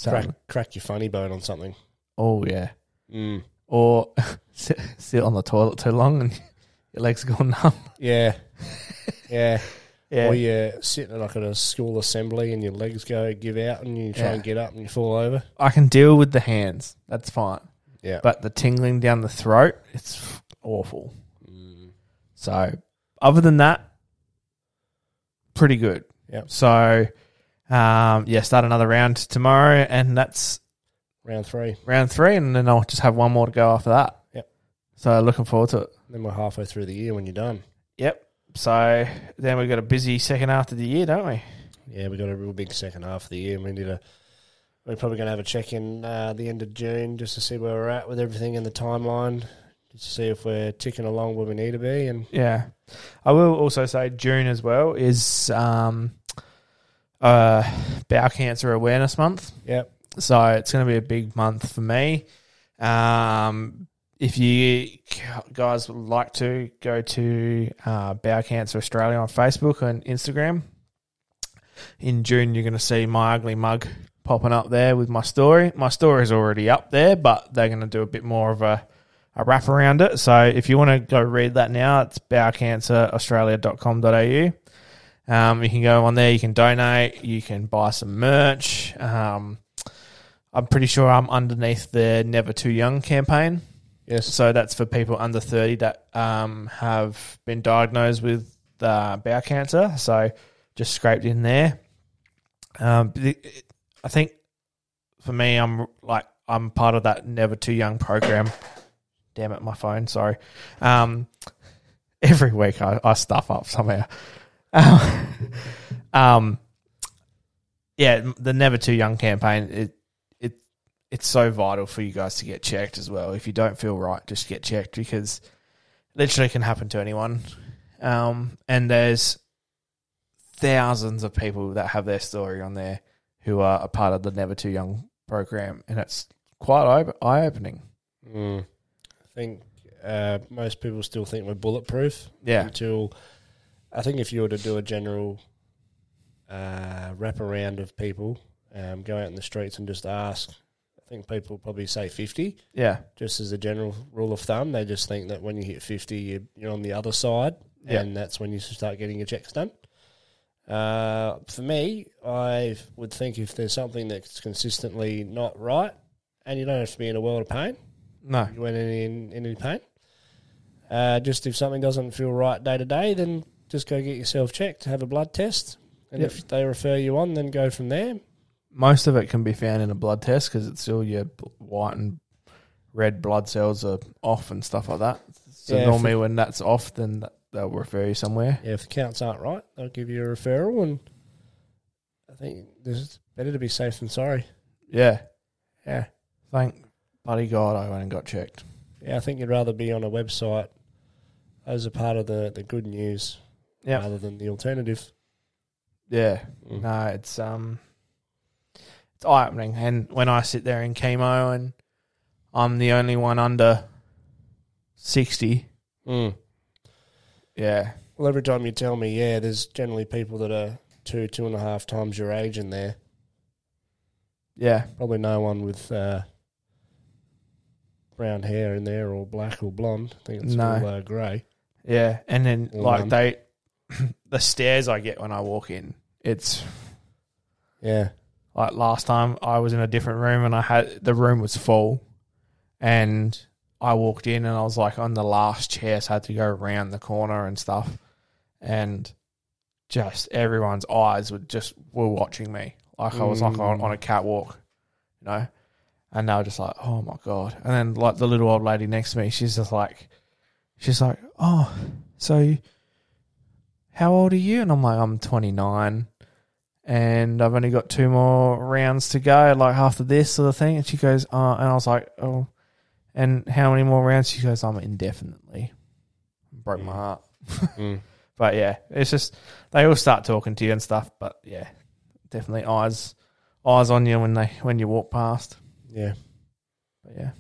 Speaker 2: crack,
Speaker 1: Something.
Speaker 2: crack your funny bone on something.
Speaker 1: Oh yeah,
Speaker 2: Mm.
Speaker 1: or sit, sit on the toilet too long and your legs go numb.
Speaker 2: Yeah, yeah.
Speaker 1: Yeah,
Speaker 2: Or you're sitting at like at a school assembly and your legs go give out and you try
Speaker 1: Yeah.
Speaker 2: and get up and you fall over.
Speaker 1: I can deal with the hands. That's fine.
Speaker 2: Yeah.
Speaker 1: But the tingling down the throat, it's awful. Mm. So, other than that, pretty good.
Speaker 2: Yeah.
Speaker 1: So, um, yeah, start another round tomorrow, and that's
Speaker 2: Round three.
Speaker 1: round three, and then I'll just have one more to go after that.
Speaker 2: Yep.
Speaker 1: So, looking forward to it.
Speaker 2: Then we're halfway through the year when you're done.
Speaker 1: Yep. So, then we've got a busy second half of the year, don't we?
Speaker 2: Yeah, we got a real big second half of the year. We need a. We're probably going to have a check in uh, the end of June just to see where we're at with everything and the timeline, to to see if we're ticking along where we need to be. And
Speaker 1: Yeah. I will also say June as well is um, uh, Bowel Cancer Awareness Month.
Speaker 2: yeah,
Speaker 1: So it's going to be a big month for me. Um, if you guys would like to go to uh, Bowel Cancer Australia on Facebook and Instagram, in June you're going to see my ugly mug popping up there with my story. My story is already up there, but they're going to do a bit more of a, a wrap around it. So if you want to go read that now, it's bowelcanceraustralia.com.au. Um, you can go on there, you can donate, you can buy some merch. Um, I'm pretty sure I'm underneath the Never Too Young campaign.
Speaker 2: yes,
Speaker 1: So that's for people under 30 that um, have been diagnosed with uh, bowel cancer. So just scraped in there. Um, but it- it- I think for me, I'm like, I'm part of that Never Too Young program. Damn it, my phone, sorry. Um, every week I, I stuff up somehow. um, yeah, the Never Too Young campaign, it, it it's so vital for you guys to get checked as well. If you don't feel right, just get checked because literally can happen to anyone. Um, and there's thousands of people that have their story on there who are a part of the Never Too Young program, and it's quite eye opening.
Speaker 2: Mm. I think uh, most people still think we're bulletproof.
Speaker 1: Yeah.
Speaker 2: Until I think if you were to do a general uh, wraparound of people, um, go out in the streets and just ask, I think people probably say 50,
Speaker 1: Yeah,
Speaker 2: just as a general rule of thumb. They just think that when you hit 50, you, you're on the other side,
Speaker 1: Yeah.
Speaker 2: and that's when you start getting your checks done. Uh, for me, I would think if there's something that's consistently not right, and you don't have to be in a world of pain,
Speaker 1: no,
Speaker 2: you went in in, in any pain. Uh, just if something doesn't feel right day to day, then just go get yourself checked, have a blood test, and
Speaker 1: Yep.
Speaker 2: if they refer you on, then go from there.
Speaker 1: most of it can be found in a blood test because it's still your bl- white and red blood cells are off and stuff like that. So
Speaker 2: Yeah, if
Speaker 1: normally when that's off, then th- they'll refer you somewhere.
Speaker 2: Yeah, if the counts aren't right, they'll give you a referral, and I think it's better to be safe than sorry.
Speaker 1: Yeah,
Speaker 2: Yeah,
Speaker 1: thank bloody God I went and got checked.
Speaker 2: yeah, I think you'd rather be on a website. Those are part of the, the good news,
Speaker 1: Yeah.
Speaker 2: rather than the alternative.
Speaker 1: Yeah.
Speaker 2: Mm.
Speaker 1: No, it's um it's eye opening. And when I sit there in chemo and I'm the only one under sixty.
Speaker 2: Mm.
Speaker 1: Yeah.
Speaker 2: Well, every time you tell me, yeah, there's generally people that are two, two and a half times your age in there.
Speaker 1: Yeah.
Speaker 2: Probably no one with uh, brown hair in there or black or blonde. I think it's
Speaker 1: No.
Speaker 2: all uh, grey.
Speaker 1: Yeah. And then
Speaker 2: Or
Speaker 1: like
Speaker 2: none.
Speaker 1: they the stares I get when I walk in, it's
Speaker 2: Yeah.
Speaker 1: like last time I was in a different room and I had the room was full and I walked in and I was like on the last chair so I had to go around the corner and stuff and just everyone's eyes were just were watching me like I was like on, on a catwalk you know and they were just like oh my god and then like the little old lady next to me she's just like she's like oh so you- how old are you and I'm like I'm 29 and I've only got two more rounds to go, like half of this sort of thing. And she goes, uh, and I was like, oh, and how many more rounds? She goes, I'm indefinitely. Broke my heart. Mm. But yeah, it's just they all start talking to you and stuff. But yeah, definitely eyes, eyes on you when they when you walk past.
Speaker 2: Yeah.
Speaker 1: But yeah,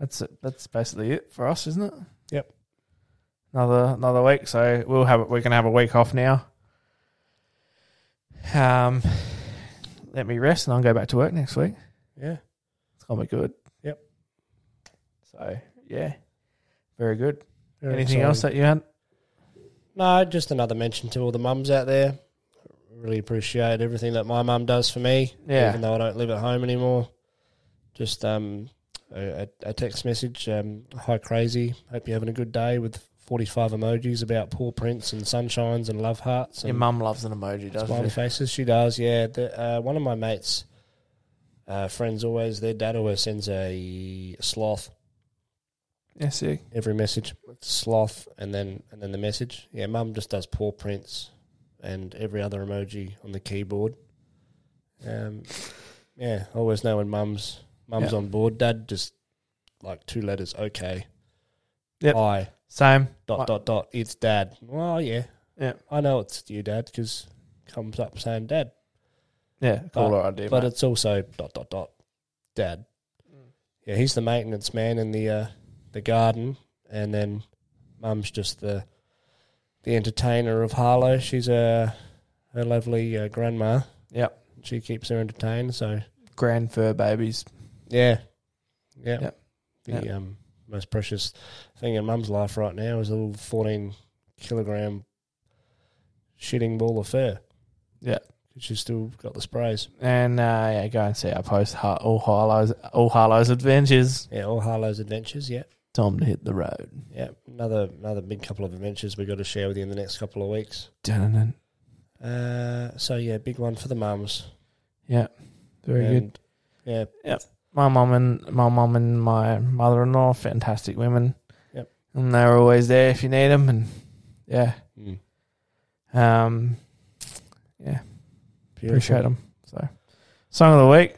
Speaker 1: that's it. That's basically it for us, isn't it?
Speaker 2: Yep.
Speaker 1: Another another week, so we'll have we're gonna have a week off now. Um, let me rest, and I'll go back to work next week.
Speaker 2: Yeah.
Speaker 1: It's gonna be good.
Speaker 2: Yep.
Speaker 1: So yeah, very good.
Speaker 2: Very
Speaker 1: Anything else
Speaker 2: exciting.
Speaker 1: that you had?
Speaker 2: No, just another mention to all the mums out there. Really appreciate everything that my mum does for me.
Speaker 1: Yeah.
Speaker 2: Even though I don't live at home anymore. Just um, a, a a text message. Um, Hi, crazy. Hope you're having a good day with 45 emojis about paw prints and sunshines and love hearts.
Speaker 1: Your
Speaker 2: And
Speaker 1: mum loves an emoji, doesn't
Speaker 2: Smiley
Speaker 1: she?
Speaker 2: faces. She does, yeah. The, uh, one of my mates' uh, friends always, their dad always sends a sloth
Speaker 1: Yes, yeah.
Speaker 2: every message. Sloth and then and then the message. Yeah, mum just does paw prints and every other emoji on the keyboard. Um, yeah, I always know when mum's mum's
Speaker 1: Yeah.
Speaker 2: on board. Dad just like two letters, okay.
Speaker 1: Yep.
Speaker 2: I
Speaker 1: Same.
Speaker 2: dot
Speaker 1: Like,
Speaker 2: dot dot. It's dad. Well, yeah,
Speaker 1: Yeah.
Speaker 2: I know it's you, dad, because comes up saying dad,
Speaker 1: Yeah. Cool idea.
Speaker 2: but
Speaker 1: mate. Mm.
Speaker 2: it's also dot dot dot dad. Yeah, he's the maintenance man in the uh, the garden, and then mum's just the the entertainer of Harlow. She's a her lovely uh, grandma.
Speaker 1: Yep.
Speaker 2: she keeps her entertained. So
Speaker 1: Grand fur babies.
Speaker 2: yeah, yeah.
Speaker 1: Yep.
Speaker 2: The Um, most precious thing in mum's life right now is a little fourteen kilogram shitting ball of fur.
Speaker 1: Yeah.
Speaker 2: she's still got the sprays.
Speaker 1: And uh, yeah, go and see our post. Har- All Harlow's, all Harlow's adventures.
Speaker 2: Yeah, all Harlow's adventures. Yeah,
Speaker 1: Time to hit the road.
Speaker 2: yeah. Another another big couple of adventures we got to share with you in the next couple of weeks.
Speaker 1: Dun-dun-dun.
Speaker 2: Uh, so yeah, big one for the mums.
Speaker 1: Yeah. Very good.
Speaker 2: And, Yeah,
Speaker 1: my mum and my mum and my mother in law, fantastic women.
Speaker 2: Yep.
Speaker 1: And they're always there if you need them, and yeah,
Speaker 2: Mm.
Speaker 1: um,
Speaker 2: beautiful.
Speaker 1: appreciate them. So, song of the week.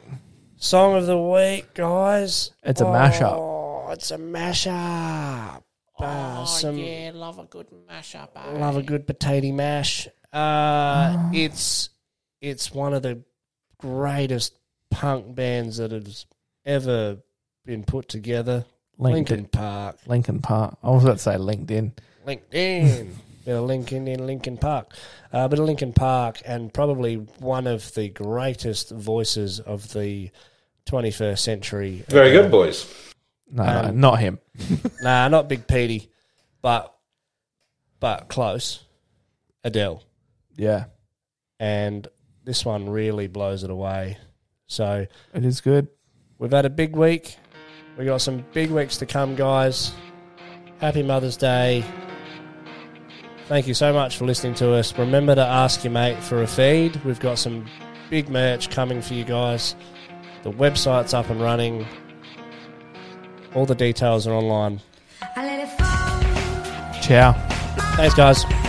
Speaker 2: Song of the week, guys.
Speaker 1: It's a mashup.
Speaker 2: Oh, it's a mashup. Uh, some, yeah, love a good mashup. eh? Love a good potato mash.
Speaker 1: Oh.
Speaker 2: Uh, It's it's one of the greatest punk bands that has ever been put together.
Speaker 1: Lincoln,
Speaker 2: Lincoln Park,
Speaker 1: Lincoln Park. I was about to say LinkedIn.
Speaker 2: LinkedIn, bit of Lincoln in Lincoln Park, a uh, bit of Lincoln Park, and probably one of the greatest voices of the 21st century.
Speaker 9: Very good, boys.
Speaker 1: No, no,
Speaker 2: Um,
Speaker 1: not him.
Speaker 2: Nah, not Big Petey, but but close. Adele,
Speaker 1: Yeah,
Speaker 2: and this one really blows it away. So
Speaker 1: it is good.
Speaker 2: we've had a big week. We got some big weeks to come, guys. Happy Mother's Day. Thank you so much for listening to us. Remember to ask your mate for a feed. We've got some big merch coming for you guys. The website's up and running. All the details are online.
Speaker 10: I let it fall.
Speaker 1: Ciao.
Speaker 2: Thanks, guys.